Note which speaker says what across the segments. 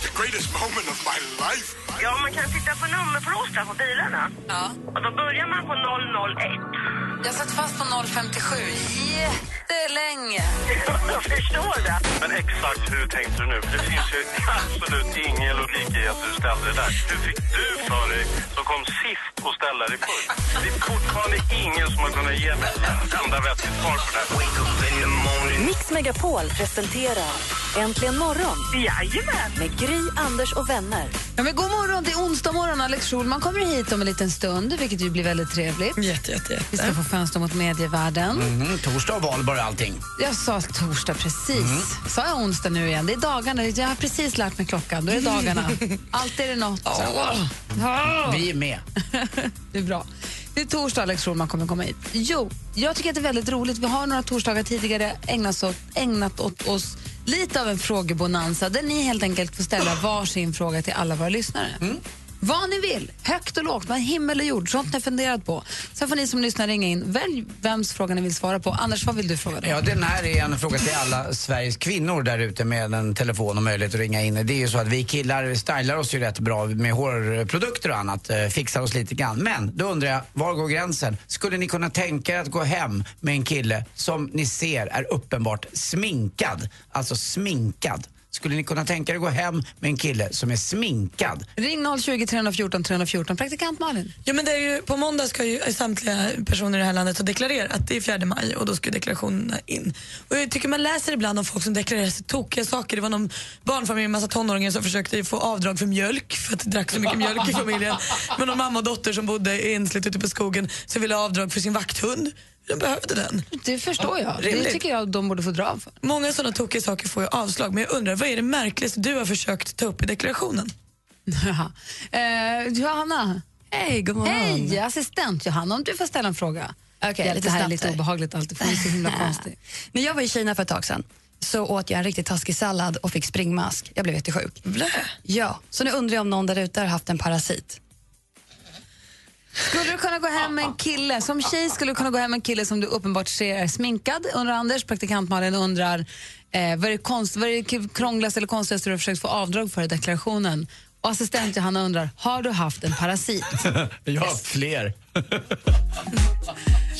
Speaker 1: the greatest moment of my life.
Speaker 2: Ja, man kan titta på nummerplåtar på bilarna.
Speaker 3: Ja.
Speaker 2: Och då börjar man på 001.
Speaker 3: Jag satt fast på 057 jättelänge.
Speaker 2: Jag förstår det.
Speaker 4: Men exakt hur tänkte du nu? För det finns ju absolut ingen logik i att du ställde det där. Hur fick du för dig som kom sist och ställa dig först? Det är fortfarande ingen som har kunnat ge mig ett enda vettigt svar på det här.
Speaker 5: Mix Megapol presenterar Äntligen morgon
Speaker 2: Jajamän.
Speaker 5: med Gry, Anders och vänner.
Speaker 6: Ja, men god morgon, det är onsdag morgon. Alex Schulman kommer hit om en liten stund, vilket ju blir väldigt trevligt.
Speaker 7: Jätte, jätte,
Speaker 6: Vi
Speaker 7: jätte.
Speaker 6: ska få fönster mot medievärlden.
Speaker 7: Mm, torsdag och valborg och allting.
Speaker 6: Jag sa torsdag precis.
Speaker 7: Mm.
Speaker 6: Sa jag onsdag nu igen? Det är dagarna. Jag har precis lärt mig klockan. Då är det dagarna. Allt är det något. Ah.
Speaker 7: Vi är med.
Speaker 6: Det är bra. Det är torsdag Alex Schulman kommer komma hit. Jo, jag tycker att det är väldigt roligt. Vi har några torsdagar tidigare ägnat åt, ägnat åt oss lite av en frågebonanza där ni helt enkelt får ställa varsin fråga till alla våra lyssnare.
Speaker 7: Mm.
Speaker 6: Vad ni vill, högt och lågt, vad himmel och jord, sånt ni har funderat på. Sen får ni som lyssnar ringa in, välj vems fråga ni vill svara på. Anders, vad vill du fråga? Då?
Speaker 7: Ja, den här är en fråga till alla Sveriges kvinnor där ute med en telefon och möjlighet att ringa in. Det är ju så att vi killar stylar oss ju rätt bra med hårprodukter och annat, eh, fixar oss lite grann. Men då undrar jag, var går gränsen? Skulle ni kunna tänka er att gå hem med en kille som ni ser är uppenbart sminkad? Alltså sminkad. Skulle ni kunna tänka er att gå hem med en kille som är sminkad?
Speaker 6: Ring 020 314 314. Praktikant Malin.
Speaker 8: Ja, men det är ju, på måndag ska ju samtliga personer i det här landet ha deklarerat. Det är 4 maj och då ska deklarationerna in. Och jag tycker man läser ibland om folk som deklarerar sig tokiga saker. Det var någon barnfamilj, en massa tonåringar som försökte få avdrag för mjölk för att det drack så mycket mjölk i familjen. Men någon mamma och dotter som bodde ensligt ute på skogen som ville ha avdrag för sin vakthund. De behövde den.
Speaker 6: Det förstår jag. Det
Speaker 8: rimligt.
Speaker 6: tycker jag de borde få dra för.
Speaker 8: Många sådana tokiga saker får ju avslag. Men jag undrar, vad är det märkligaste du har försökt ta upp i deklarationen?
Speaker 6: eh, Johanna.
Speaker 8: Hej, god
Speaker 6: Hej, assistent Johanna, om du får ställa en fråga.
Speaker 9: Okej,
Speaker 6: ja,
Speaker 9: lite
Speaker 6: det här är
Speaker 9: snabbt
Speaker 6: lite
Speaker 9: här.
Speaker 6: obehagligt alltid, för hon är så himla konstig.
Speaker 9: När jag var i Kina för ett tag sedan så åt jag en riktigt taskig sallad och fick springmask. Jag blev jättesjuk.
Speaker 8: Blä.
Speaker 9: Ja, så nu undrar jag om någon där ute har haft en parasit.
Speaker 6: Skulle du kunna gå hem med en kille, som tjej skulle du kunna gå hem med en kille som du uppenbart ser är sminkad, undrar Anders. Praktikant Malin undrar, eh, vad är det, konst, vad är det k- krångligaste eller konstigaste du har försökt få avdrag för i deklarationen? Och assistent Johanna undrar, har du haft en parasit?
Speaker 7: Jag har fler.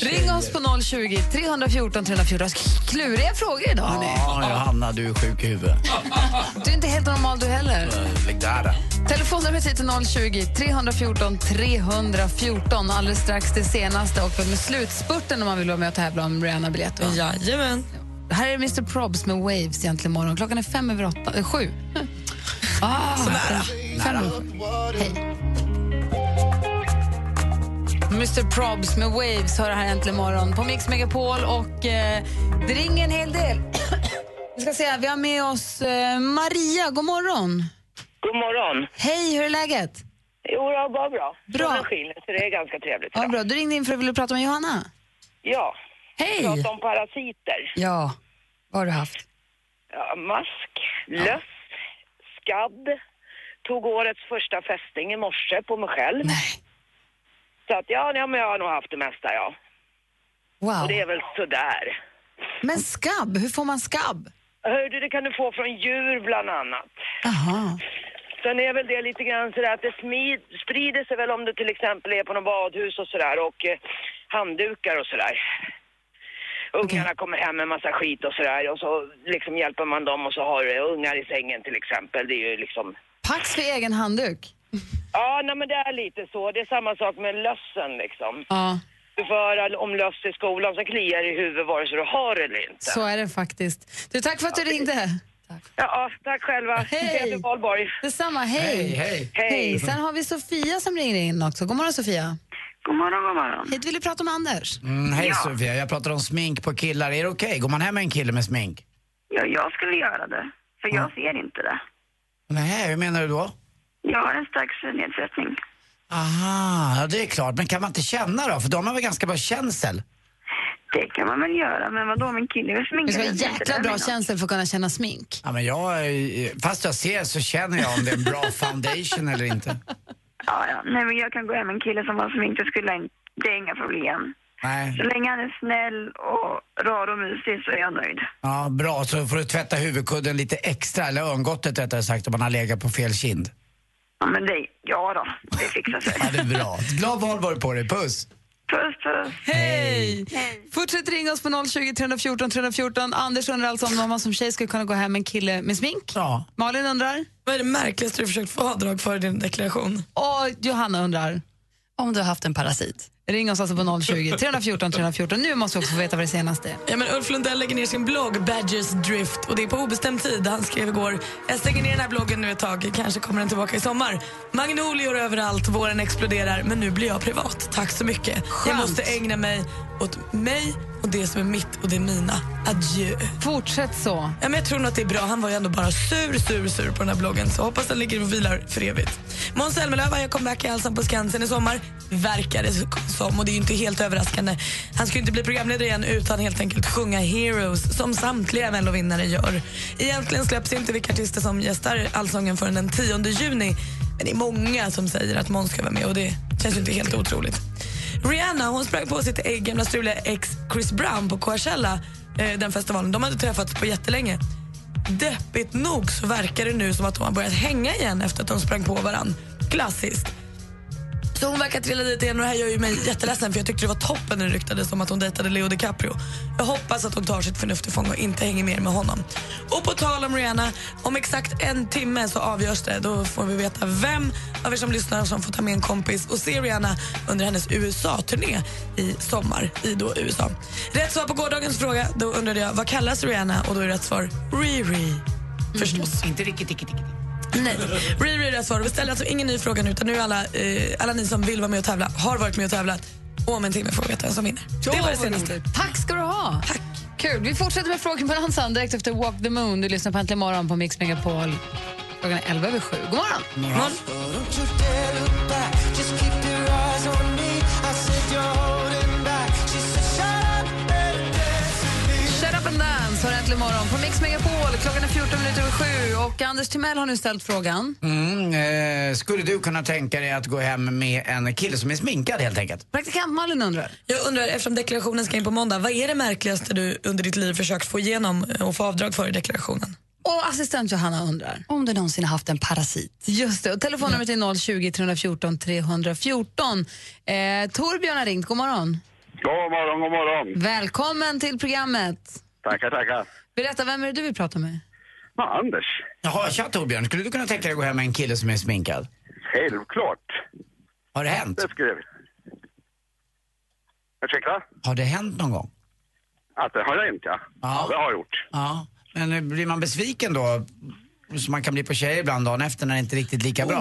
Speaker 6: Ring oss på 020 314 314. Kluriga frågor idag hörni.
Speaker 7: Ja, Johanna, du är sjuk i huvudet.
Speaker 6: Du är inte helt normal du heller.
Speaker 7: Lägg där. då.
Speaker 6: Telefonnumret hit är 020 314 314. Alldeles strax det senaste och med slutspurten om man vill vara med och tävla om Rihanna-biljetter. va?
Speaker 8: Jajamän.
Speaker 6: Här är Mr Probs med Waves egentligen imorgon. Klockan är fem över åtta, eh, sju. Ah, Så nära. Fem över sju. Hej. Mr Probs med Waves hör det här äntligen imorgon på Mix Megapol och eh, det ringer en hel del. Vi ska se, vi har med oss eh, Maria. God morgon.
Speaker 2: God morgon.
Speaker 6: Hej, hur är läget?
Speaker 2: Jo, det var bra.
Speaker 6: Bra.
Speaker 2: Solen skiner, så det är ganska trevligt
Speaker 6: Ja,
Speaker 2: idag.
Speaker 6: bra. Du ringde in för att du ville prata med Johanna.
Speaker 2: Ja,
Speaker 6: Hej!
Speaker 2: prata om parasiter.
Speaker 9: Ja, vad har du haft?
Speaker 2: Ja, mask, löss, skabb. Tog årets första fästing i morse på mig själv.
Speaker 9: Nej.
Speaker 2: Så att ja, nej, men jag har nog haft det mesta, ja.
Speaker 9: Wow.
Speaker 2: Och det är väl sådär.
Speaker 6: Men skabb, hur får man skabb?
Speaker 2: Hördu, det kan du få från djur bland annat.
Speaker 6: Aha.
Speaker 2: Sen är väl det lite grann sådär att det smid, sprider sig väl om du till exempel är på något badhus och sådär och eh, handdukar och sådär. Ungarna kommer hem med massa skit och sådär och så liksom hjälper man dem och så har du ungar i sängen till exempel. Det är ju liksom...
Speaker 6: Pax för egen handduk.
Speaker 2: Ja, nej men det är lite så. Det är samma sak med lössen liksom.
Speaker 6: Ja,
Speaker 2: Du får höra om löss i skolan så kliar det i huvudet vare sig du har det eller inte.
Speaker 6: så är det faktiskt. Du, tack för att du ringde.
Speaker 2: Ja, tack själva.
Speaker 6: Hej.
Speaker 2: Trevlig valborg.
Speaker 6: Detsamma, hej.
Speaker 7: Hej, hej.
Speaker 6: Hej. Sen har vi Sofia som ringer in också. God morgon Sofia.
Speaker 2: God morgon, god morgon.
Speaker 6: Hej, du ville prata med Anders.
Speaker 7: Mm, hej Sofia, jag pratar om smink på killar. Är det okej? Går man hem med en kille med smink?
Speaker 2: Ja, jag skulle göra det. För jag ser inte det.
Speaker 7: Nej, hur menar du då?
Speaker 2: Jag har en stark synnedsättning.
Speaker 7: Aha, ja det är klart. Men kan man inte känna då? För de har väl ganska bra känsel?
Speaker 10: Det kan man väl göra, men vadå, min kille vill sminka
Speaker 6: Det ska
Speaker 10: sig.
Speaker 6: vara jäkla bra känsel för att kunna känna smink.
Speaker 7: Ja, men jag, eh, fast jag ser så känner jag om det är en bra foundation eller inte.
Speaker 10: Ja, ja. Nej, men jag kan gå hem med en kille som var sminkt, det, skulle, jag in- det är inga problem.
Speaker 7: Nej.
Speaker 10: Så länge han är snäll och rar och mysig så är jag nöjd.
Speaker 7: Ja, bra. Så får du tvätta huvudkudden lite extra, eller örngottet rättare sagt, om man har legat på fel kind.
Speaker 10: Ja, men det, ja då, det fixar sig.
Speaker 7: Ja, det är bra. Glad valborg på dig. Puss!
Speaker 10: Puss, puss.
Speaker 6: Hej! Fortsätt ringa oss på 020 314 314. Anders undrar alltså om man som tjej skulle kunna gå hem med en kille med smink.
Speaker 7: Ja.
Speaker 6: Malin undrar.
Speaker 8: Vad är det märkligaste du försökt få avdrag för i din deklaration?
Speaker 6: Och Johanna undrar.
Speaker 9: Om du har haft en parasit.
Speaker 6: Ring oss alltså på 020 314 314. Nu måste vi också få veta vad det senaste är.
Speaker 8: Ja, men Ulf Lundell lägger ner sin blogg Badgers Drift och det är på obestämd tid. Han skrev igår, jag stänger ner den här bloggen nu ett tag, kanske kommer den tillbaka i sommar. Magnolior överallt, våren exploderar, men nu blir jag privat. Tack så mycket. Jag måste ägna mig åt mig och det som är mitt och det mina. Adjö.
Speaker 6: Fortsätt så.
Speaker 8: Ja, men jag tror nog att det är bra. Han var ju ändå bara sur, sur, sur på den här bloggen. Så hoppas den ligger och vilar för evigt. Måns Zelmerlöw, jag kom back i Allsång på Skansen i sommar. Verkar det som, och det är ju inte helt överraskande. Han ska ju inte bli programledare igen utan helt enkelt sjunga Heroes som samtliga Mellovinnare gör. Egentligen släpps inte vilka artister som gästar Allsången förrän den 10 juni. Men det är många som säger att Måns ska vara med och det känns ju inte helt otroligt. Rihanna hon sprang på sitt eh, gamla struliga ex Chris Brown på Coachella, eh, den festivalen. De hade träffats på jättelänge. Deppigt nog så verkar det nu som att de har börjat hänga igen efter att de sprang på varann. Klassiskt. Så hon verkar trilla dit igen och det här gör ju mig jätteledsen för jag tyckte det var toppen när det ryktades om att hon dejtade Leo DiCaprio. Jag hoppas att hon tar sitt förnuft till fånga och inte hänger mer med honom. Och på tal om Rihanna, om exakt en timme så avgörs det. Då får vi veta vem av er som lyssnar som får ta med en kompis och se Rihanna under hennes USA-turné i sommar i då USA. Rätt svar på gårdagens fråga, då undrade jag vad kallas Rihanna och då är rätt svar Riri. Förstås.
Speaker 7: Inte riktigt, riktigt, riktigt.
Speaker 8: Nej. Riri är rätt svar. Vi ställer alltså ingen ny fråga nu utan nu är alla, eh, alla ni som vill vara med och tävla har varit med och tävlat. Och om en timme får vi veta vem som vinner. det var det senaste.
Speaker 6: Tack ska du ha. Tack. Kul. Vi fortsätter med frågebalansen direkt efter Walk the Moon. Du lyssnar på Äntligen morgon på Mix Megapol. Klockan är 11 över 7. God morgon.
Speaker 8: morgon.
Speaker 6: Shut up and dance har Äntligen morgon på Mix Megapol. Klockan är 14 minuter över 7 och Anders Timell har nu ställt frågan.
Speaker 7: Mm, eh, skulle du kunna tänka dig att gå hem med en kille som är sminkad helt enkelt?
Speaker 6: Praktikant Malin undrar.
Speaker 8: Jag undrar, eftersom deklarationen ska in på måndag, vad är det märkligaste du under ditt liv försökt få igenom eh, och få avdrag för i deklarationen?
Speaker 6: Och assistent Johanna undrar.
Speaker 9: Om du någonsin har haft en parasit.
Speaker 6: Just det, och telefonnumret är 020 314 314. Eh, Torbjörn har ringt, god morgon.
Speaker 4: God morgon, god morgon.
Speaker 6: Välkommen till programmet.
Speaker 4: Tackar, tackar.
Speaker 6: Berätta, vem är det du vill prata med?
Speaker 4: Ja, Anders,
Speaker 7: Jaha, tja Torbjörn. Skulle du kunna tänka dig att gå hem med en kille som är sminkad?
Speaker 4: självklart.
Speaker 7: Har det hänt?
Speaker 4: Det skulle jag vilja. Ursäkta?
Speaker 7: Har det hänt någon gång?
Speaker 4: Att det har jag inte, ja. ja. Det har jag gjort.
Speaker 7: Ja. Men eh, blir man besviken då? Som man kan bli på tjejer ibland dagen efter när det inte är riktigt
Speaker 4: Oh.
Speaker 7: lika bra.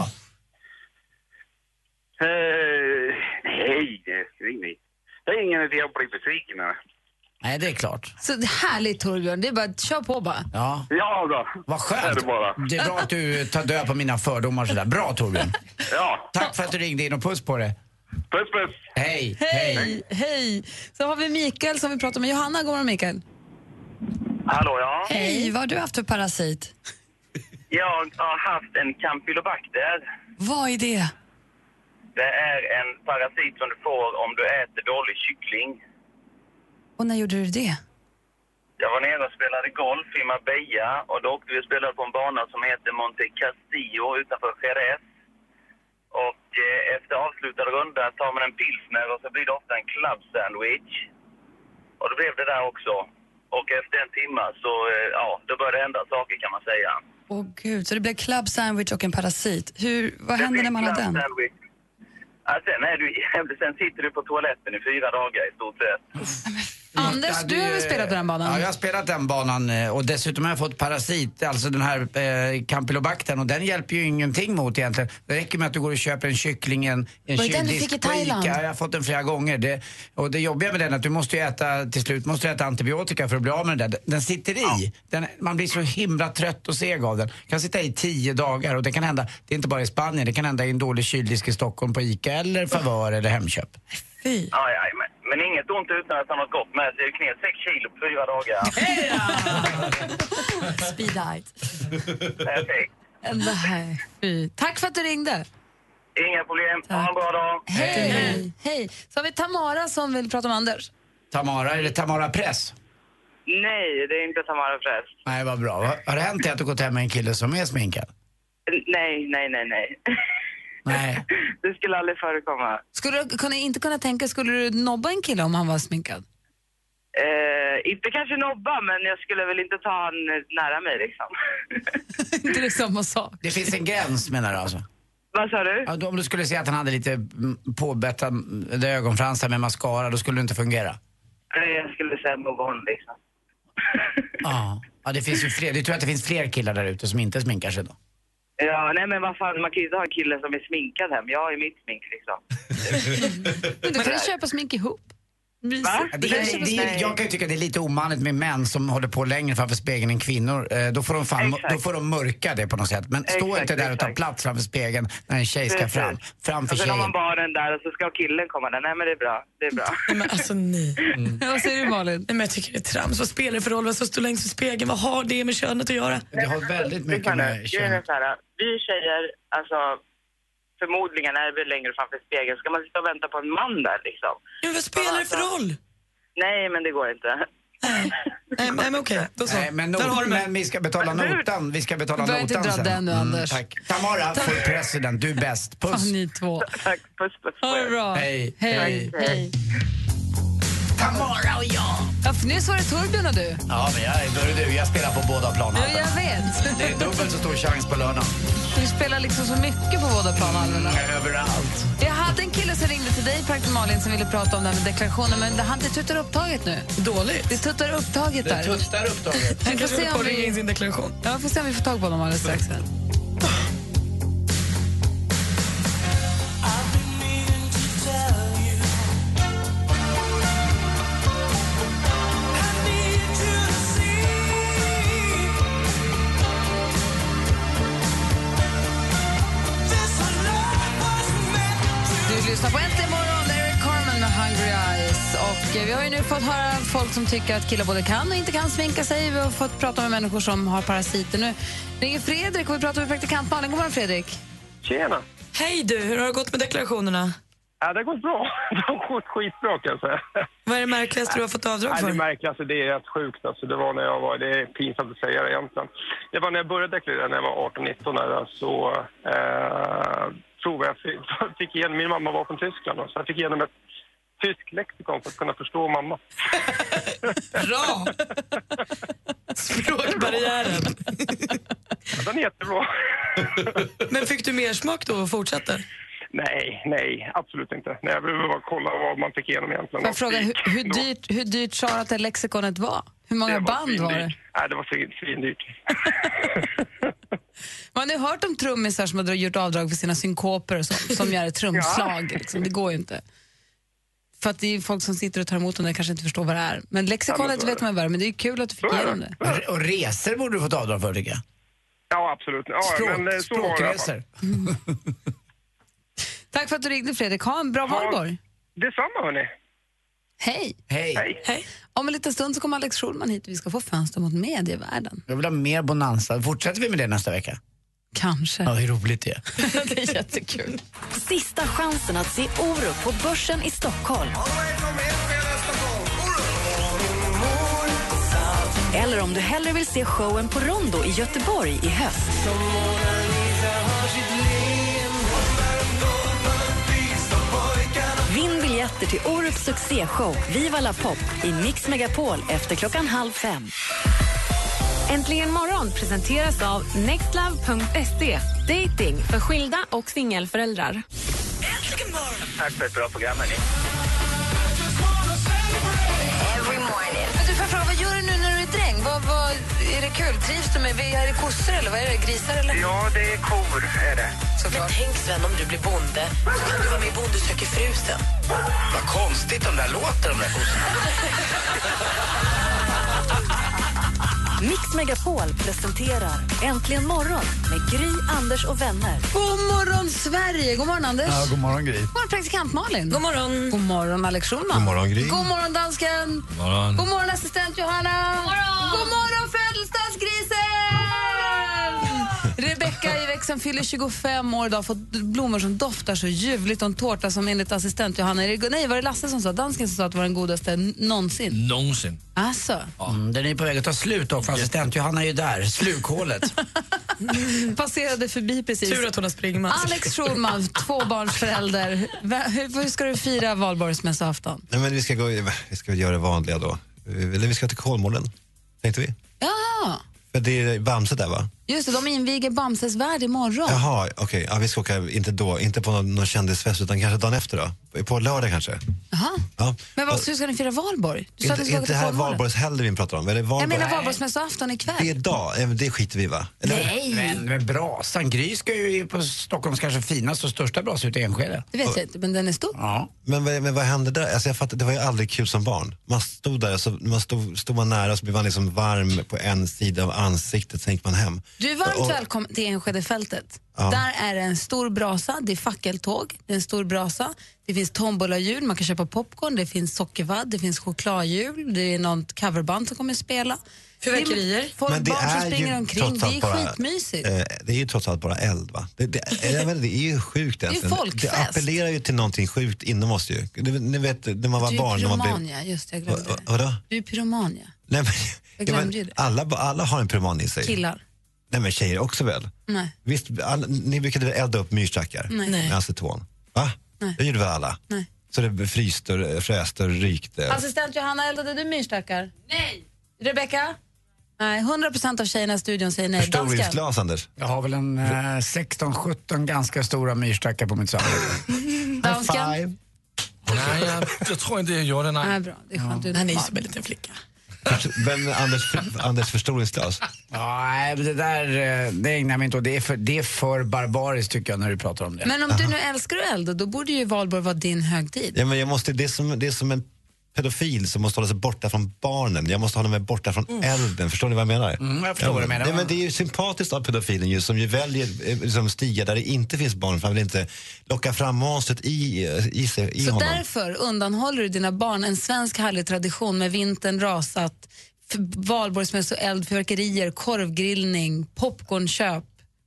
Speaker 4: Eh, nej, det är ingen- det är ingen idé att bli besviken. nej.
Speaker 7: Nej, det är klart.
Speaker 6: Så det är härligt Torbjörn, det är bara kör på bara.
Speaker 7: Ja.
Speaker 4: Ja då.
Speaker 7: Vad
Speaker 4: Det är
Speaker 7: skönt. Mm.
Speaker 4: det bara.
Speaker 7: Det är bra att du tar död på mina fördomar och sådär. Bra Torbjörn.
Speaker 4: Ja,
Speaker 7: Tack för att du ringde in och puss på dig.
Speaker 4: puss puss.
Speaker 7: Hej.
Speaker 6: Hej, hej. Så har vi Mikael som vill prata med. Johanna, god morgon Mikael.
Speaker 11: Hallå ja.
Speaker 9: Hej, vad har du haft för parasit?
Speaker 11: Jag har haft en campylobacter.
Speaker 9: Vad är det?
Speaker 11: Det är en parasit som du får om du äter dålig kyckling.
Speaker 9: Och när gjorde du det?
Speaker 11: Jag var nere och spelade golf i Marbella och då åkte vi och spelade på en bana som heter Monte Castillo utanför Jerez. Och eh, efter avslutad runda tar man en pilsner och så blir det ofta en club sandwich. Och då blev det där också. Och efter en timma så, eh, ja, då började det hända saker kan man säga.
Speaker 9: Åh gud, så det blev club sandwich och en parasit. Hur, vad händer när man har den?
Speaker 11: Sandwich. Ja, sen, är du, jävligt- sen sitter du på toaletten i fyra dagar i stort sett.
Speaker 6: Anders,
Speaker 7: Mm. Ja,
Speaker 6: du har väl spelat på den banan?
Speaker 7: Ja, jag har spelat den banan eh, och dessutom har jag fått parasit, alltså den här eh, campylobactern och den hjälper ju ingenting mot egentligen. Det räcker med att du går och köper en kyckling, en, en
Speaker 6: Var det den du
Speaker 7: kyldisk
Speaker 6: fick i
Speaker 7: på
Speaker 6: Thailand?
Speaker 7: Ica. Jag har fått den flera gånger. Det, och det jobbiga med den är att du måste ju äta, till slut måste du äta antibiotika för att bli av med den där. Den sitter i. Den, man blir så himla trött och seg av den. Kan sitta i tio dagar och det kan hända, det är inte bara i Spanien, det kan hända i en dålig kyldisk i Stockholm på Ica eller Favör eller Hemköp.
Speaker 11: Aj, aj, men, men inget ont utan att ha något gott med sig. Jag gick ner 6 kilo på fyra dagar.
Speaker 6: Speed-eyed.
Speaker 11: Perfekt.
Speaker 6: Nej, fy. Tack för att du ringde.
Speaker 11: Inga problem. Ha en bra dag.
Speaker 6: Hej. Hej. Så har vi Tamara som vill prata om Anders.
Speaker 7: Tamara, är det Tamara Press?
Speaker 12: Nej, det är inte Tamara Press.
Speaker 7: Nej, vad bra. Har- Har det hänt dig att du gått hem med en kille som är sminkad?
Speaker 12: Nej, nej, nej, nej.
Speaker 7: Nej.
Speaker 12: Det skulle aldrig förekomma.
Speaker 6: Skulle du kunna, inte kunna tänka, skulle du nobba en kille om han var sminkad?
Speaker 12: Eh, inte kanske nobba, men jag skulle väl inte ta han nära mig liksom.
Speaker 6: inte det är liksom samma sak.
Speaker 7: Det finns en gräns menar du alltså?
Speaker 12: Vad sa du?
Speaker 7: Ja, då om du skulle se att han hade lite mm, påbättade ögonfransar med mascara, då skulle det inte fungera?
Speaker 12: Nej, jag skulle säga någon liksom.
Speaker 7: Ja. Ja, det finns ju fler. Du tror att det finns fler killar där ute som inte sminkar sig då?
Speaker 12: Ja, nej men vad fan, man kan ju inte ha en kille som är sminkad hem. Jag har ju mitt smink liksom.
Speaker 6: Men då kan du köpa smink ihop. Mysigt.
Speaker 12: Va?
Speaker 7: Ja, Det är, det är, jag kan ju tycka det är lite omanligt med män som håller på längre framför spegeln än kvinnor. Eh, Då får de, fan, då får de mörka det på något sätt. Men stå
Speaker 12: Exakt,
Speaker 7: inte där och ta plats framför spegeln när en tjej ska
Speaker 12: Precis.
Speaker 7: fram. Framför
Speaker 12: Och sen har man
Speaker 7: tjejen.
Speaker 12: barnen där och så ska killen komma där. Nej men det är bra, det är bra.
Speaker 8: Men alltså nej.
Speaker 6: Vad säger du Malin? Nej,
Speaker 8: men jag tycker det är trams. Vad spelar det för roll vad som står längst i spegeln? Vad har det med könet att göra?
Speaker 7: Det har väldigt mycket med
Speaker 12: Grejen är så här, vi tjejer, alltså förmodligen är vi längre framför spegeln. Ska man sitta och vänta på en man där liksom?
Speaker 8: Men vad spelar det för
Speaker 6: Alltså.
Speaker 8: roll?
Speaker 12: Nej, men det går inte.
Speaker 8: Nej, men okej. Då så.
Speaker 7: Nej, men,
Speaker 8: Där
Speaker 7: not-
Speaker 8: har du mig.
Speaker 7: men vi ska betala notan. Vi ska betala
Speaker 8: Börja inte
Speaker 7: notan
Speaker 8: dra
Speaker 7: sen. Mm,
Speaker 8: den nu, Anders.
Speaker 7: tack. Tamara,
Speaker 8: Tack.
Speaker 7: full president. Du är bäst. Puss.
Speaker 6: Fan, ni två.
Speaker 12: Tack, puss, puss.
Speaker 6: Ha det bra.
Speaker 7: Hej.
Speaker 6: Hej. Hej.
Speaker 7: Tamara och jag.
Speaker 6: Ja, för nyss var det Torbjörn och du.
Speaker 7: Ja, men jag, då är det du. Jag spelar på båda planen.
Speaker 6: Ja, jag vet.
Speaker 7: Det är dubbelt så stor chans på lördagen.
Speaker 6: Du spelar liksom så mycket på båda planhalvorna.
Speaker 7: Överallt.
Speaker 6: Jag hade en kille som ringde till dig, praktiskt Malin, som ville prata om det här med deklarationen, men det- han det tuttar upptaget nu.
Speaker 8: Dåligt.
Speaker 6: Det tuttar upptaget där.
Speaker 7: tuttar upptaget.
Speaker 8: Han
Speaker 6: Vi får
Speaker 8: kanske
Speaker 6: se
Speaker 8: håller på
Speaker 6: om
Speaker 8: att ringa in
Speaker 6: vi...
Speaker 8: sin deklaration.
Speaker 6: Ja, vi får se om vi får tag på honom alldeles strax. Här. Du lyssnar på Äntligen morgon, det är Eric Carmen med Hungry Eyes. Och eh, vi har ju nu fått höra folk som tycker att killar både kan och inte kan sminka sig. Vi har fått prata med människor som har parasiter. Nu ringer Fredrik och vi pratar med praktikant Malin. God morgon, Fredrik.
Speaker 13: Tjena!
Speaker 8: Hej du, hur har det gått med deklarationerna?
Speaker 13: Ja, det har gått bra. Det har gått skitbra kan jag säga.
Speaker 8: Vad är det märkligaste du har fått avdrag
Speaker 13: Nej,
Speaker 8: för?
Speaker 13: det märkligaste det är rätt sjukt. Alltså, det var när jag var, det är pinsamt att säga det egentligen. Det var när jag började deklarera när jag var 18-19 där, så eh, tror jag fick, fick igenom, min mamma var från Tyskland då, så jag fick igenom ett tysk lexikon för att kunna förstå mamma.
Speaker 8: Bra! Språkbarriären.
Speaker 13: Ja, den är jättebra.
Speaker 8: Men fick du mer smak då och fortsatte?
Speaker 13: Nej, nej, absolut inte. Nej, jag behöver bara kolla vad man fick igenom egentligen.
Speaker 6: Får jag fråga, hur, hur
Speaker 13: Då-
Speaker 6: dyrt, hur dyrt sa du att det lexikonet var? Hur många band var det?
Speaker 13: Nej, det var svin- svindyrt.
Speaker 6: Man har ju hört om trummisar som har gjort avdrag för sina synkoper och så, som gör ett trumslag. Liksom. Det går ju inte. För att det är folk som sitter och tar emot dem och kanske inte förstår vad det är. Men
Speaker 13: Ja, men
Speaker 6: lexikonet
Speaker 13: så är
Speaker 6: vet
Speaker 13: det.
Speaker 6: man vad det är, men det är ju kul att du fick igenom det.
Speaker 7: Och resor borde du fått avdrag för, tycker jag.
Speaker 13: Ja, absolut. Ja,
Speaker 7: Språk-
Speaker 13: men, eh, så var det i alla fall.
Speaker 7: språkresor.
Speaker 6: Tack för att du ringde Fredrik. Ha en bra valborg.
Speaker 13: Detsamma, hörni.
Speaker 6: Hej.
Speaker 7: Hej.
Speaker 8: Hej.
Speaker 6: Om en liten stund så kommer Alex Schulman hit och vi ska få fönster mot medievärlden.
Speaker 7: Jag vill ha mer bonanza. Fortsätter vi med det nästa vecka?
Speaker 6: Kanske.
Speaker 7: Ja, hur roligt det är.
Speaker 6: det är jättekul.
Speaker 5: Sista chansen att se Orup på Börsen i Stockholm. Eller om du hellre vill se showen på Rondo i Göteborg i höst. Vinn biljetter till Orups succéshow Viva la pop i Mix Megapol efter klockan halv fem.
Speaker 14: Äntligen morgon presenteras av nextlove.se. Dating för skilda och singelföräldrar.
Speaker 11: Tack för ett bra program, hörni.
Speaker 6: är det kul? Trivs du med... Är det kossor eller vad är det? Grisar eller?
Speaker 11: Ja, det är kor. Är det.
Speaker 15: Men tänk Sven, om du blir bonde så kan du vara med i Bonde söker frusen.
Speaker 11: Vad konstigt de där låter, de där
Speaker 5: Mix Megapol presenterar Äntligen morgon med Gry, Anders och vänner.
Speaker 6: God morgon, Sverige! God morgon, Anders.
Speaker 16: Ja, god morgon, Gry.
Speaker 6: God morgon, praktikant Malin. God morgon. God morgon, Alex Schulman.
Speaker 17: God morgon, Gry.
Speaker 6: God morgon, dansken. God
Speaker 17: morgon.
Speaker 6: God morgon, assistent Johanna. God morgon, God morgon födelsedagsgrisen! Rebecka i växeln fyller 25 år idag och fått blommor som doftar så ljuvligt och en tårta som enligt assistent Johanna... är det- Nej, var det Lasse som sa? Dansken som sa att det var den godaste n- någonsin.
Speaker 7: Någonsin.
Speaker 6: Alltså.
Speaker 7: Mm, den är på väg att ta slut dock, för assistent Johanna är ju där. Slukhålet.
Speaker 6: Passerade förbi precis.
Speaker 8: Tur att hon har springmask.
Speaker 6: Alex Schulman, tvåbarnsförälder. Va- Hur hur ska du fira valborgsmässoafton?
Speaker 17: Nej, men vi ska, gå, vi ska göra det vanliga då. Eller vi ska till Kolmården, tänkte vi.
Speaker 6: Ja,
Speaker 17: För det är Bamse där, va?
Speaker 6: just det. De inviger Bamses värld imorgon.
Speaker 17: Jaha, okej. Ja, vi ska åka, inte då, inte på någon, någon kändisfest, utan kanske dagen efter då? På lördag kanske?
Speaker 6: Jaha.
Speaker 17: Ja.
Speaker 6: Men
Speaker 17: Och-
Speaker 6: vad, hur ska ni fira valborg? Du sa att
Speaker 17: Inte,
Speaker 6: ni skulle åka
Speaker 17: inte
Speaker 6: till
Speaker 17: här
Speaker 6: Kolmården.
Speaker 17: valborgshelgen vi pratar om. Eller
Speaker 6: Jag
Speaker 17: valborg?
Speaker 6: menar valborgsmässoafton
Speaker 17: Det är
Speaker 6: ikväll.
Speaker 17: idag, Eh, det skiter vi i, va?
Speaker 6: Nej.
Speaker 7: Men, men brasan, Gry ska ju in på Stockholms kanske finaste och största brasa ute i Enskede.
Speaker 6: Det vet jag inte, men den är stor.
Speaker 7: Ja.
Speaker 17: Men, vad- men vad hände där? Alltså jag fattar, det var ju aldrig kul som barn. Man stod där, så man stod, stod man nära så blev man liksom varm på en sida av ansiktet, sen gick man hem.
Speaker 6: Du är varmt
Speaker 17: Och-
Speaker 6: välkommen till Enskedefältet.
Speaker 17: Ja.
Speaker 6: Där är det en stor brasa, det är fackeltåg, det är en stor brasa, det finns tombolahjul, man kan köpa popcorn, det finns sockervadd, det finns chokladhjul, det är något coverband som kommer att spela.
Speaker 8: Fyrverkerier.
Speaker 6: Det är Folk,
Speaker 17: Men det
Speaker 6: barn som
Speaker 17: är ju
Speaker 6: springer omkring,
Speaker 17: trots
Speaker 6: det
Speaker 17: allt
Speaker 6: är
Speaker 17: bara,
Speaker 6: skitmysigt.
Speaker 17: Eh, det är ju trots allt bara eld, va? Det, det, jag vet, inte, det är ju sjukt
Speaker 6: är ju
Speaker 17: egentligen.
Speaker 6: folkfest.
Speaker 17: Det appellerar ju till någonting sjukt inom oss ju. Du, ni vet, när man var
Speaker 6: du är
Speaker 17: barn... när man blev-
Speaker 6: pyroman, ja. Just det, jag glömde
Speaker 17: Va- va-
Speaker 6: det.
Speaker 17: Vadå?
Speaker 6: Du är pyroman, ja.
Speaker 17: Nej, men,
Speaker 6: Jag
Speaker 17: ja,
Speaker 6: glömde ju
Speaker 17: men,
Speaker 6: det.
Speaker 17: alla, alla har en pyroman i sig.
Speaker 6: Killar.
Speaker 17: Nej, men tjejer också väl?
Speaker 6: Nej.
Speaker 17: Visst, alla, ni brukade väl elda upp myrstackar
Speaker 6: Nej.
Speaker 17: med aceton? Va?
Speaker 6: Nej.
Speaker 17: Det gjorde väl alla?
Speaker 6: Nej.
Speaker 17: Så det fryste, fräste, rykte?
Speaker 6: Assistent Johanna, eldade du myrstackar? Nej. Rebecka? Nej, 100% av tjejerna i studion säger nej. Dansken?
Speaker 17: Anders?
Speaker 7: Jag har väl en eh, 16-17 ganska stora myrstackar på mitt samvete.
Speaker 6: Dansken?
Speaker 18: Nej, jag, jag tror inte jag gjorde det, nej.
Speaker 6: Nej, bra. Det är skönt. Ja.
Speaker 8: Han är ju som en liten flicka.
Speaker 17: Men Anders, Anders förstoringsglas?
Speaker 7: Nej, men det där eh, det ägnar jag mig inte åt. Det är, för, det är för barbariskt tycker jag när du pratar om det.
Speaker 6: Men om du nu älskar att elda, då borde ju valborg vara din högtid.
Speaker 17: Ja, men jag måste, det, är som, det är som en pedofil som måste hålla sig borta från barnen. Jag måste hålla mig borta från
Speaker 6: Mm.
Speaker 17: elden. Förstår ni vad jag menar?
Speaker 7: Mm, jag förstår vad du menar.
Speaker 17: Nej, men det är ju sympatiskt av pedofilen ju, som ju väljer eh, liksom, stigar där det inte finns barn för han vill inte locka fram monstret i, eh, i, sig, i
Speaker 6: Så
Speaker 17: honom.
Speaker 6: därför undanhåller du dina barn en svensk härlig tradition med vintern rasat, f- valborgsmässo, eld, fyrverkerier, korvgrillning, popcornköp.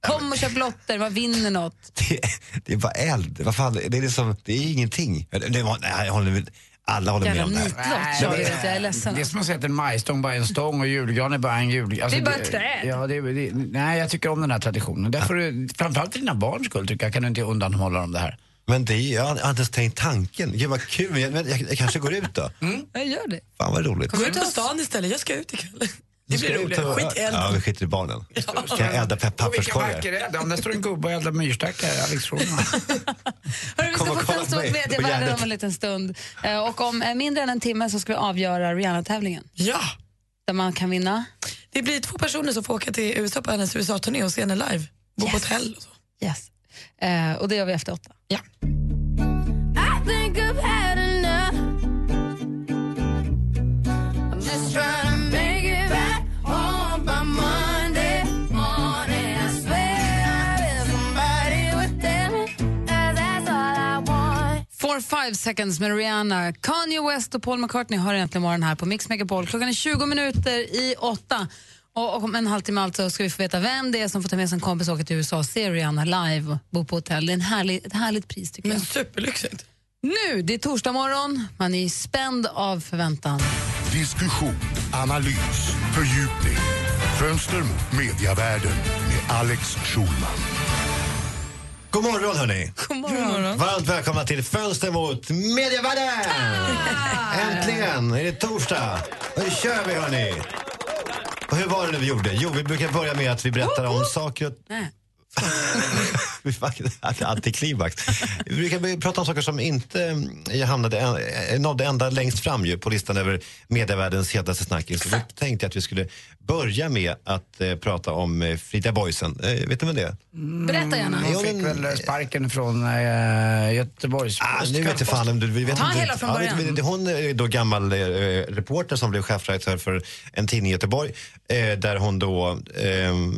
Speaker 6: Kom och köp lotter, man vinner något.
Speaker 17: Det, det är bara eld. Vad fan, det, är liksom, det är ingenting. Eller, Det var, nej, jag håller, med- alla håller med
Speaker 6: Jävla
Speaker 17: om det här.
Speaker 6: nitlott, sa du att jag är ledsen.
Speaker 7: Det är som att säga att en majstång bara är en stång och julgran är bara en julgran.
Speaker 6: Det är bara ett träd.
Speaker 7: Ja, det, är- det, nej, jag tycker om den här traditionen. Därför, är- framförallt för dina barns skull tycker jag, kan du inte undanhålla dem det här.
Speaker 17: Men det är, jag har inte ens tänkt tanken. Gud vad kul, jag, jag, jag kanske går ut då.
Speaker 8: Mm.
Speaker 6: Jag gör det.
Speaker 17: Fan vad roligt.
Speaker 8: Gå ut på stan istället, jag ska ut ikväll.
Speaker 17: Nu
Speaker 8: Det
Speaker 17: ska
Speaker 8: blir
Speaker 17: jag ut
Speaker 8: roligt.
Speaker 17: och-
Speaker 8: Skit i elden.
Speaker 17: Ja, vi skiter i barnen. Kan jag elda pe-
Speaker 7: Och vilka
Speaker 17: papperskorgar?
Speaker 7: vacker eld. Om där står en gubbe och eldar myrstackar, Alex Schulman.
Speaker 6: Hörru, vi
Speaker 7: Kom
Speaker 6: ska
Speaker 7: och
Speaker 6: få
Speaker 7: kolla på
Speaker 6: testa
Speaker 7: mig
Speaker 6: åt
Speaker 7: på
Speaker 6: medievärlden
Speaker 7: Gärdet.
Speaker 6: om en liten stund. Eh, Och om eh, mindre än en timme så ska vi avgöra Rihanna-tävlingen.
Speaker 8: Ja.
Speaker 6: Där man kan vinna.
Speaker 8: Det blir två personer som får åka till USA på hennes USA-turné och se henne live. Bo på hotell och så.
Speaker 6: Yes. Eh, Och det gör vi efter åtta.
Speaker 8: Ja.
Speaker 19: I think I've had enough. I'm just trying to make it back home by Monday morning. I swear I wish somebody would tell me that that's all I want.
Speaker 6: Four five seconds med Rihanna. Kanye West och Paul McCartney har äntligen morgon här på Mix Megapol. Klockan är 20 minuter i åtta. Och och om en halvtimme alltså ska vi få veta vem det är som får ta med sig en kompis och åka till USA och se Rihanna live och bo på hotell. Det är en härlig, ett härligt pris tycker jag.
Speaker 8: Men superlyxigt.
Speaker 6: Nu, det är torsdag morgon. Man är spänd av förväntan.
Speaker 20: Diskussion, analys, fördjupning. Fönster mot mediavärlden med Alex Schulman.
Speaker 17: God morgon hörni! Mm.
Speaker 6: God morgon. God morgon.
Speaker 17: Varmt välkomna till Fönster mot medievärlden!
Speaker 6: Ah!
Speaker 17: Äntligen är det torsdag. Nu kör vi hörni! Och hur var det nu vi gjorde? Jo, vi brukar börja med att vi berättar om saker och...
Speaker 6: Nej.
Speaker 17: vi faktiskt hade antiklimax. Vi brukar prata om saker som inte eh, hamnade, en- eh, nådde ända längst fram ju, på listan över medievärldens hetaste snackis. Då tänkte jag att vi skulle börja med att eh, prata om eh, Frida Boisen. Eh, vet du vem det är?
Speaker 6: Berätta gärna.
Speaker 7: Hon fick väl eh, sparken från äh, Göteborgs...
Speaker 17: Ah, nu vet jag fan om du... Vi vet
Speaker 6: Ta
Speaker 17: inte,
Speaker 6: hela från
Speaker 17: Ja, vi-
Speaker 6: början.
Speaker 17: vi- det- hon är då gammal eh, reporter som blev chefredaktör för en tidning i Göteborg eh, där, hon då, eh,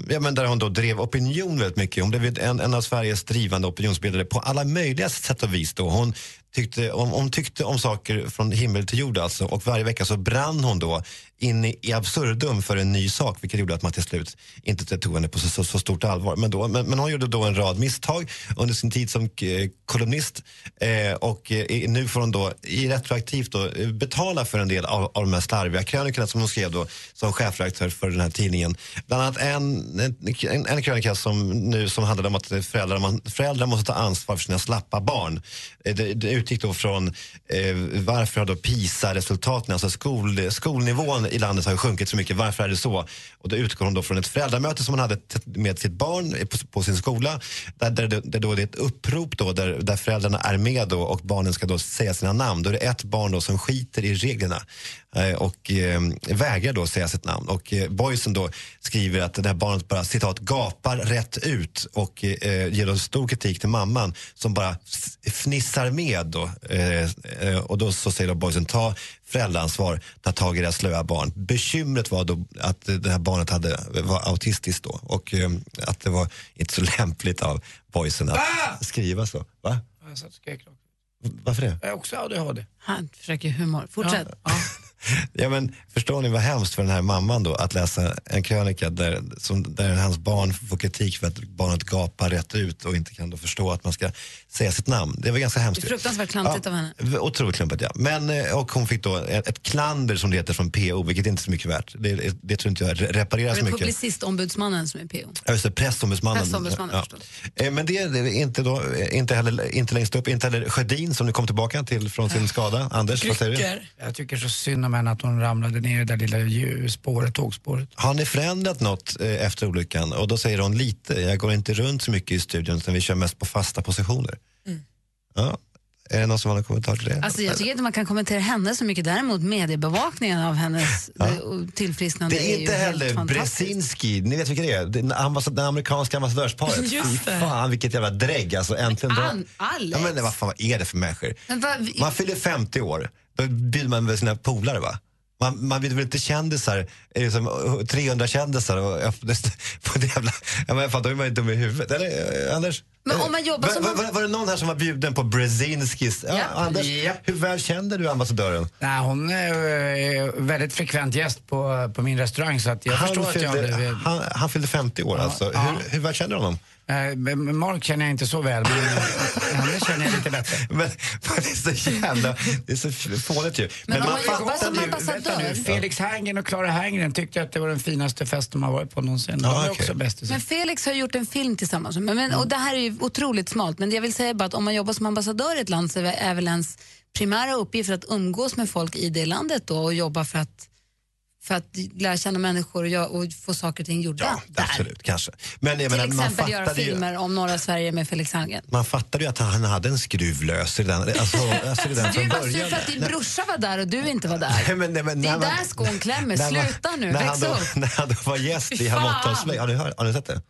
Speaker 17: ja, men där hon då drev opinion väldigt mycket. Hon blev en, en av Sveriges drivande opinionsbildare på alla möjliga sätt och vis. Då. Hon tyckte om, om, tyckte om saker från himmel till jord alltså, och varje vecka så brann hon då in i, i absurdum för en ny sak vilket gjorde att man till slut inte tog henne på så, så, så stort allvar. Men, då, men, men hon gjorde då en rad misstag under sin tid som eh, kolumnist eh, och eh, i- nu får hon då i retroaktivt då, eh, betala för en del av, av de här slarviga krönikorna som hon skrev då som chefredaktör för den här tidningen. Bland annat en, en, en krönika som, nu, som handlade om att eh, föräldrar, man, föräldrar måste ta ansvar för sina slappa barn. Eh, Det, det utgick då från eh, varför har då PISA-resultaten, alltså skol, skolnivån i landet har sjunkit så mycket, varför är det så? Och då utgår hon då från ett föräldramöte som hon hade t- med sitt barn eh, på, på sin skola, där, där, det- där då det är ett upprop då, där, där föräldrarna är med då och barnen ska då säga sina namn. Då är det ett barn då som skiter i reglerna eh, och eh, vägrar då säga sitt namn. Och eh, boysen då skriver att det här barnet bara citat gapar rätt ut och eh, ger då stor kritik till mamman som bara f- fnissar med då. Eh, eh, och då så säger då boysen ta föräldraansvar, ta tag i deras slöa barn. Bekymret var då att eh, det här barnet hade, var autistiskt då och eh, att det var inte så lämpligt av boysen att skriva så. Va?
Speaker 7: Jag satt och skrek rakt.
Speaker 17: Varför det?
Speaker 7: Jag är också ADHD.
Speaker 6: Han försöker humor. Fortsätt.
Speaker 17: Ja, men, förstår ni vad hemskt för den här mamman då att läsa en krönika där, som, där hans barn får kritik för att barnet gapar rätt ut och inte kan då förstå att man ska säga sitt namn. Det var ganska
Speaker 6: Det
Speaker 17: hemskt.
Speaker 6: är fruktansvärt klantigt av henne.
Speaker 17: V- Otroligt klumpigt, ja. Men, eh, och hon fick då ett, ett klander som det heter från PO, vilket inte är så mycket värt. Det, det tror inte jag re-
Speaker 6: Det
Speaker 17: repareras
Speaker 6: är
Speaker 17: mycket.
Speaker 6: publicistombudsmannen som är PO.
Speaker 17: Ja, just det, pressombudsmannen.
Speaker 6: Pressombudsmannen,
Speaker 17: Eh, Men det det är inte, då, eh, inte, heller, inte längst upp, inte heller Sjödin som nu kom tillbaka till från
Speaker 6: Ah.
Speaker 17: sin skada. Anders, vad säger du?
Speaker 7: Jag tycker så synd om henne att hon ramlade ner i det där lilla ju- spåret, tågspåret.
Speaker 17: Har ni förändrat något eh, efter olyckan? Och då säger hon lite. Jag går inte runt så mycket i studion utan vi kör mest på fasta positioner.
Speaker 6: Mm.
Speaker 17: Ja. Är det någon som har någon kommentar till det?
Speaker 6: Alltså, jag tycker inte man kan kommentera henne så mycket, däremot mediebevakningen av hennes
Speaker 17: Ja.
Speaker 6: eh, och tillfrisknande
Speaker 17: det är inte
Speaker 6: ju helt
Speaker 17: heller
Speaker 6: fantastiskt.
Speaker 17: Bresinski, ni vet vilka det är? Det, är ambassad, det amerikanska ambassadörsparet.
Speaker 6: Just
Speaker 17: Fy
Speaker 6: det.
Speaker 17: Fan vilket jävla drägg alltså. Äntligen drar-
Speaker 6: An- Alex.
Speaker 17: ja, men, vad fan vad är det för människor?
Speaker 6: Men vad-
Speaker 17: Man fyller 50 år, då bjuder man med sina polare va? Man, man bjuder väl inte kändisar, eh, liksom, eh, 300 kändisar och öppnas på det jävla... Ja, men fan, då är man ju dum i huvudet. Eller eh, Anders?
Speaker 6: Men om man jobbar
Speaker 17: var,
Speaker 6: som
Speaker 17: var,
Speaker 6: man-
Speaker 17: var, var det någon här som var bjuden på Brezinskis? Ja, Anders, hur väl kände du ambassadören?
Speaker 7: Nej, hon är eh, väldigt frekvent gäst på, på min restaurang så att jag
Speaker 17: han,
Speaker 7: förstår att jag har
Speaker 17: fyllde,
Speaker 7: blivit...
Speaker 17: han, han fyllde 50 år alltså. Hur, hur väl känner du honom?
Speaker 7: Eh, men Mark känner jag inte så väl, men eh, henne känner jag lite bättre.
Speaker 17: Men det är så jävla... Det är så fånigt ju.
Speaker 7: Men om man jobbar
Speaker 17: fattar
Speaker 6: alltså,
Speaker 7: som
Speaker 17: ju-
Speaker 7: ambassadör- Vänta nu, Felix Herngren och Clara Herngren tyckte att det var den finaste fest de har varit på någonsin. De
Speaker 17: Ja,
Speaker 7: är
Speaker 17: okej.
Speaker 7: också bästisar.
Speaker 6: Men Felix har gjort en film tillsammans. Men,
Speaker 17: Mm.
Speaker 6: men, och det här är ju otroligt smalt, men jag vill säga bara att om man jobbar som ambassadör i ett land så är väl ens primära uppgift att umgås med folk i det landet då och jobba för att, för att lära känna människor och, gö- och få saker och ting gjorda.
Speaker 17: Absolut, kanske. Men jag
Speaker 6: Till
Speaker 17: menar, man
Speaker 6: exempel göra
Speaker 17: fattade ju...
Speaker 6: filmer om norra Sverige med Felix Herngren.
Speaker 17: Man fattade ju att han hade en skruv lös redan, alltså, alltså redan
Speaker 6: Du
Speaker 17: från
Speaker 6: var sur
Speaker 17: början.
Speaker 6: för att din
Speaker 17: Nej,
Speaker 6: brorsa var där och du inte var där.
Speaker 17: nej, men- nej, men
Speaker 6: det är
Speaker 17: när man-
Speaker 6: där skon klämmer.
Speaker 17: när man-
Speaker 6: Sluta
Speaker 17: när
Speaker 6: nu,
Speaker 17: han
Speaker 6: växa
Speaker 17: då-
Speaker 6: upp.
Speaker 17: När han då var gäst i
Speaker 6: Fy
Speaker 17: Halv
Speaker 6: fan.
Speaker 17: åtta hos mig. Har ni, hört, har ni sett det?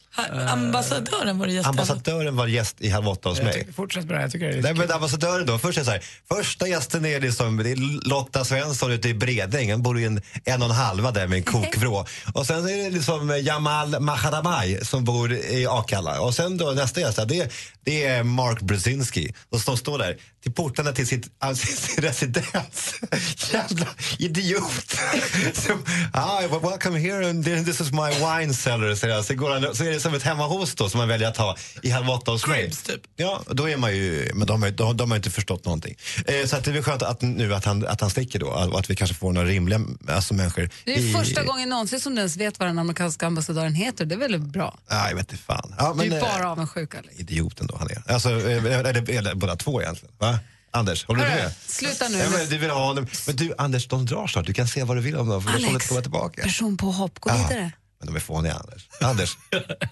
Speaker 8: Ambassadören var det gästen.
Speaker 17: Ambassadören var gäst i Halv åtta hos
Speaker 7: Jag
Speaker 17: mig.
Speaker 7: tycker, fortsätt med det här, jag tycker det är
Speaker 17: Nej, men ambassadören då, först är det så här, första gästen är liksom det är Lotta Svensson ute i Bredäng. Han bor i en en och en halva där med en kokvrå. Och sen är det liksom eh, Jamal Maharamaj som bor i Akalla. Och sen då nästa gäst, det, är- det är Mark Brzezinski. Och som står där till portarna till sitt, äh, sin residens. Jävla idiot! so, ah, well, welcome here and this is my wine cellar, säger han. Så, går han, så är det som ett hemmahost då som man väljer att ha i Halv åtta hos mig.
Speaker 6: typ.
Speaker 17: Ja, då är man ju, men de, har ju- de, de har ju inte förstått någonting. Eh, så att det är väl skönt att, nu att han, att han sticker då och att vi kanske får några rimliga alltså, människor.
Speaker 6: Det är
Speaker 17: i-
Speaker 6: första gången någonsin som du ens vet vad den amerikanska ambassadören heter. Det är väl bra?
Speaker 17: Ja, Ah, jag vet inte fan. Ja,
Speaker 6: du är
Speaker 17: eh,
Speaker 6: bara liksom. avundsjuk, Alex.
Speaker 17: Idioten då han är. Alltså, eh, eller, eller båda två egentligen. Va? Anders, håller du
Speaker 6: Hörru,
Speaker 17: med?
Speaker 6: sluta nu.
Speaker 17: Ja, men, du vill ha dem. men du Anders, de drar snart. Du kan se vad du vill om dem för de
Speaker 6: Alex,
Speaker 17: kommer att komma tillbaka.
Speaker 6: Personpåhopp, gå
Speaker 17: Ja.
Speaker 6: vidare.
Speaker 17: Men Men de är fåniga, Anders. Anders.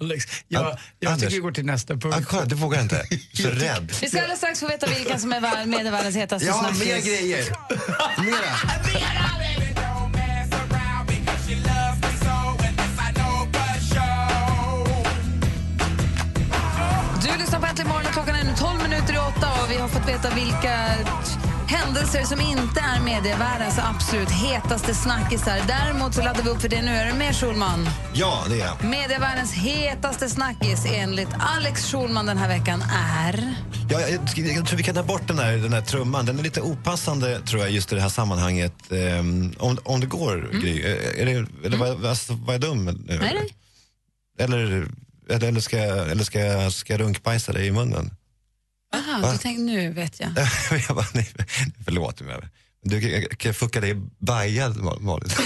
Speaker 7: Alex, jag, jag tycker vi går till nästa punkt.
Speaker 17: Ah, kolla, du vågar inte. Så rädd.
Speaker 6: Vi ska alldeles strax få veta vilken som är vär- med världens hetaste
Speaker 17: Ja,
Speaker 6: snackis.
Speaker 17: mer grejer. Mera.
Speaker 6: Du lyssnar på Äntligen morgon och klockan är nu 12 minuter i åtta och vi har fått veta vilka händelser som inte är medievärldens absolut hetaste snackisar. Däremot så laddar vi upp för det nu. Är du med Schulman?
Speaker 17: Ja, det är jag.
Speaker 6: Medievärldens hetaste snackis enligt Alex Schulman den här veckan är...
Speaker 17: Ja, jag, jag, jag tror vi kan ta bort den här, den här trumman. Den är lite opassande tror jag just i det här sammanhanget. Ehm, om, om det går, Gry. Eh, Är det, eller var, alltså, var jag dum? nu?
Speaker 6: Nej, nej.
Speaker 17: Eller, eller, eller, ska, jag- eller ska, jag- ska jag runkbajsa dig i munnen?
Speaker 6: Aha,
Speaker 17: Va?
Speaker 6: du tänkte, nu vet jag.
Speaker 17: jag bara, nej, förlåt. Men du kan, jag kan fucka dig i bajan, Ma- Malin.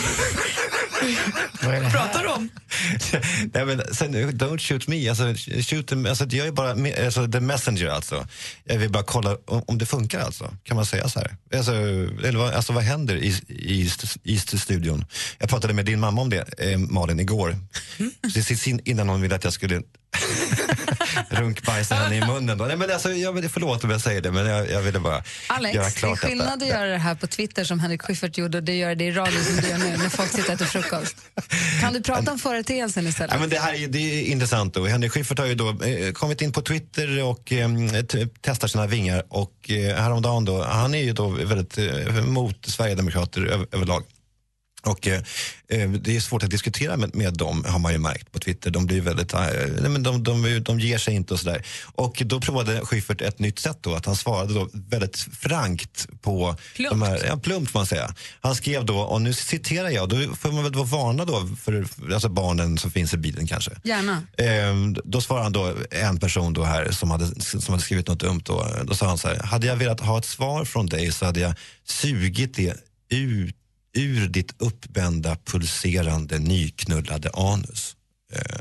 Speaker 8: Pratar du om?
Speaker 17: Nej, men sen, don't shoot me. Alltså, shoot them, alltså, jag är bara me- alltså, the messenger. Alltså. Jag vill bara kolla om, om det funkar. Alltså. Kan man säga så här? Alltså, eller, vad- alltså, vad händer i, i, st- i st- studion? Jag pratade med din mamma om det, eh, Malin, igår.
Speaker 6: Mm.
Speaker 17: Precis in- innan hon ville att jag skulle runkbajsa henne i munnen. Då. Nej, men, alltså, jag, vill- förlåt om jag säger det, men jag, jag ville bara
Speaker 6: Alex,
Speaker 17: göra
Speaker 6: det är
Speaker 17: klart
Speaker 6: skillnad att
Speaker 17: detta.
Speaker 6: göra det här på Twitter som Henrik Schyffert gjorde och det gör det i radio som du gör nu när folk sitter och äter frukost. Kan du prata om företeelsen istället?
Speaker 17: Ja, men det här är, det är intressant. Då. Henrik Schyffert har ju då eh, kommit in på Twitter och eh, t- testar sina vingar. Och eh, häromdagen då, han är ju då väldigt eh, mot Sverigedemokrater över, överlag. Och eh, eh, det är svårt att diskutera med, med dem har man ju märkt på Twitter. De blir väldigt, eh, nej, men de, de, de, de ger sig inte och sådär. Och då provade Schyffert ett nytt sätt då, att han svarade då väldigt frankt på
Speaker 21: Plumpt.
Speaker 17: de här, ja, plumpt får man säga. Han skrev då, och nu citerar jag, då får man väl då varna då för alltså barnen som finns i bilen kanske.
Speaker 6: Gärna.
Speaker 17: Ehm, då svarade han då en person då här som hade, som hade skrivit något dumt. Då, då sa han så här, hade jag velat ha ett svar från dig så hade jag sugit det ut ur ditt uppbända, pulserande, nyknullade anus. Eh,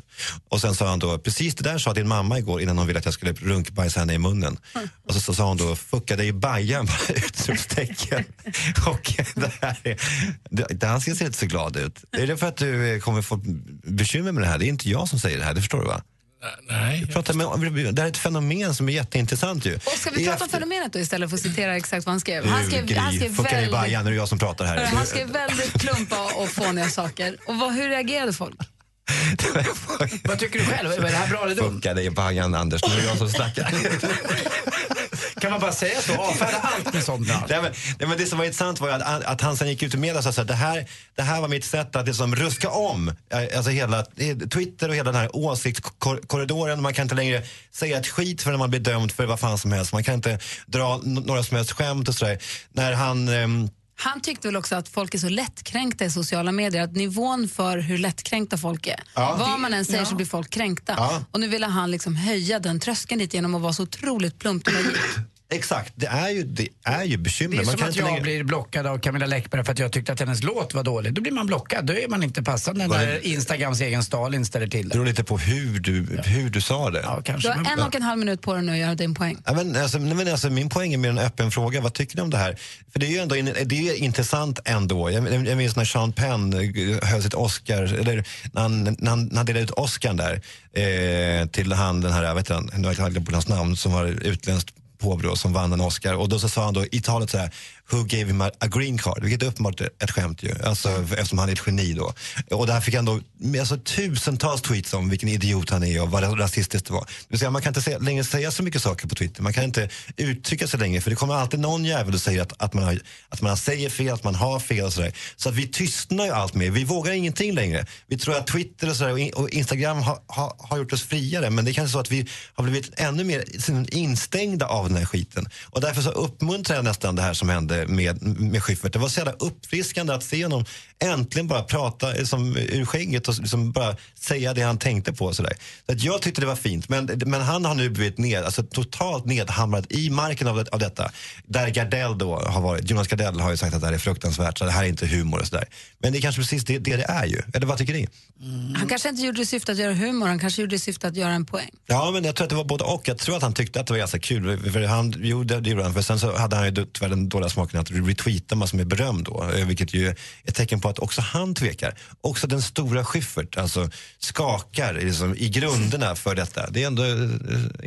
Speaker 17: och sen sa han då, precis det där sa din mamma igår innan hon ville att jag skulle runkbajsa henne i munnen.
Speaker 6: Mm.
Speaker 17: Och så, så sa hon då, fucka dig i bajan, bara utropstecken. och det här är, det, det, han ser inte så glad ut. Är det för att du eh, kommer få bekymmer med det här? Det är inte jag som säger det här, det förstår du va?
Speaker 18: Nej.
Speaker 17: Vi pratar med, det här är ett fenomen som är jätteintressant ju.
Speaker 6: Och ska vi prata om fenomenet då istället för att citera exakt vad han skrev? Han skrev, han skrev
Speaker 17: Fucka dig i bajan,
Speaker 6: väldigt,
Speaker 17: nu är det jag som pratar här.
Speaker 6: han skrev väldigt plumpa och fåniga saker. Och vad, hur reagerade folk?
Speaker 7: Vad tycker du själv? Är det här bra eller dumt?
Speaker 17: Fucka dig i bajan, Anders, nu är det jag som snackar.
Speaker 7: Kan man bara säga så? Avfärda allt med sånt där.
Speaker 17: Nej, men, nej, men det som var intressant var ju att, att han sen gick ut i media och sa så här, det här, det här var mitt sätt att liksom ruska om eh, alltså hela eh, Twitter och hela den här åsiktskorridoren. Man kan inte längre säga ett skit förrän man blir dömd för vad fan som helst. Man kan inte dra n- några som helst skämt och sådär. När han ehm,
Speaker 6: Han tyckte väl också att folk är så lättkränkta i sociala medier, att nivån för hur lättkränkta folk är,
Speaker 17: Ja.
Speaker 6: vad man än säger så
Speaker 17: Ja.
Speaker 6: blir folk kränkta.
Speaker 17: Ja.
Speaker 6: Och nu ville han liksom höja den tröskeln lite genom att vara så otroligt plumpt och naiv.
Speaker 17: Exakt, det är ju, det är ju bekymmer.
Speaker 7: Det är
Speaker 17: Man
Speaker 7: som
Speaker 17: kan
Speaker 7: att
Speaker 17: inte
Speaker 7: jag
Speaker 17: längre-
Speaker 7: blir blockad av Camilla Läckberg för att jag tyckte att hennes låt var dålig. Då blir man blockad. Då är man inte passande
Speaker 17: Var det-
Speaker 7: när Instagrams egen Stalin ställer till
Speaker 17: Det beror lite på hur du, hur du sa det. Ja,
Speaker 6: Du har en och en halv minut på dig nu att göra din poäng.
Speaker 17: Ja, men alltså, nej, men alltså, min poäng är mer en öppen fråga. Vad tycker ni om det här? För det är ju ändå in, det är ju intressant ändå. Jag, jag, jag minns när Sean Penn eh, höll sitt Oscar, eller när han, när han, när han delade ut Oscarn där eh, till han, den här, vet han, nu har jag glömt bort hans namn, som var utländskt påbrå som vann en Oscar. Och då så sa han då i talet så här, who gave him a, a green card? Vilket är uppenbart ett skämt ju, alltså, eftersom han är ett geni då. Och där fick han då med alltså, tusentals tweets om vilken idiot han är och vad rasistiskt det var. Det vill säga, man kan inte säga, längre säga så mycket saker på Twitter. Man kan inte uttrycka sig längre för det kommer alltid någon jävel och säger att, att, man, har, att man säger fel, att man har fel och sådär. Så att vi tystnar ju allt mer. Vi vågar ingenting längre. Vi tror att Twitter och, sådär, och, in, och Instagram har, har, har gjort oss friare men det är kanske så att vi har blivit ännu mer liksom instängda av den här skiten. Och därför så uppmuntrar jag nästan det här som hände med, med Schyffert. Det var så jävla uppfriskande att se honom äntligen bara prata liksom, ur skägget och liksom bara säga det han tänkte på. Och så där. Så att jag tyckte det var fint, men, men han har nu blivit ned, alltså, totalt nedhamrad i marken av, det, av detta. Där Gardell då har varit, Jonas Gardell har ju sagt att det här är fruktansvärt, så det här är inte humor och sådär. Men det är kanske precis det, det det är ju. Eller vad tycker ni? Mm.
Speaker 6: Han kanske inte gjorde det i syfte att göra humor, han kanske gjorde det i syfte att göra en poäng.
Speaker 17: Ja, men jag tror att det var både och. Jag tror att han tyckte att det var ganska kul. För han, jo, det gjorde han. För sen så hade han ju tyvärr den dåliga saken att retweeta massor med beröm då, eh, vilket ju är ett tecken på att också han tvekar. Också den stora Schyffert alltså, skakar liksom, i grunderna för detta. Det är ändå eh,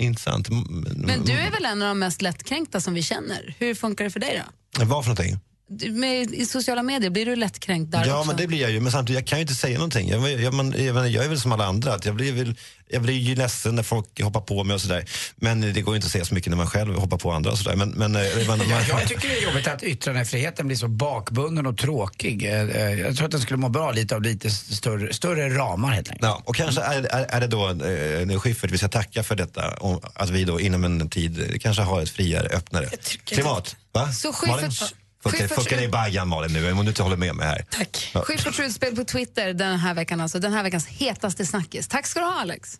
Speaker 17: intressant. Mm, M-
Speaker 6: Men du är väl en av de mest lättkränkta som vi känner? Hur funkar det för dig då?
Speaker 17: mm, Vad för någonting?
Speaker 6: Du, med, I sociala medier, blir du lättkränkt där
Speaker 17: ja,
Speaker 6: också?
Speaker 17: men det blir jag ju. Men samtidigt, jag kan ju inte säga någonting. Jag, jag, man, jag, menar, jag är väl som alla andra. Att jag, blir väl, jag blir ju ledsen när folk hoppar på mig och sådär. Men det går ju inte att säga så mycket när man själv hoppar på andra och sådär. Men, men, eh, man, man,
Speaker 7: Ja, jag tycker det är jobbigt att yttrandefriheten blir så bakbunden och tråkig. Eh, eh, Jag tror att den skulle må bra lite av lite större, större ramar helt enkelt.
Speaker 17: Ja, och kanske är, är, är det då eh, nu Schyffert vi ska tacka för detta. Om, att vi då inom en tid eh, kanske har ett friare, öppnare klimat. Va?
Speaker 6: Så
Speaker 17: Malin?
Speaker 6: Schyfferts-
Speaker 17: Fucka-
Speaker 6: Schyfferts-
Speaker 17: Fucka dig i bajan Malin nu, om du inte håller med mig här.
Speaker 8: Tack.
Speaker 17: Ja.
Speaker 6: Schyfferts utspel på Twitter den här veckan, alltså den här veckans hetaste snackis. Tack ska du ha Alex.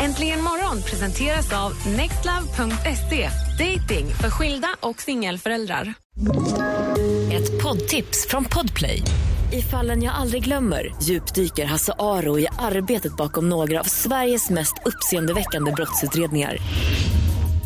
Speaker 14: Äntligen morgon presenteras av nextlove.se. Dating för skilda och singelföräldrar.
Speaker 21: Ett poddtips från Podplay. I fallen jag aldrig glömmer djupdyker Hasse Aro i arbetet bakom några av Sveriges mest uppseendeväckande brottsutredningar.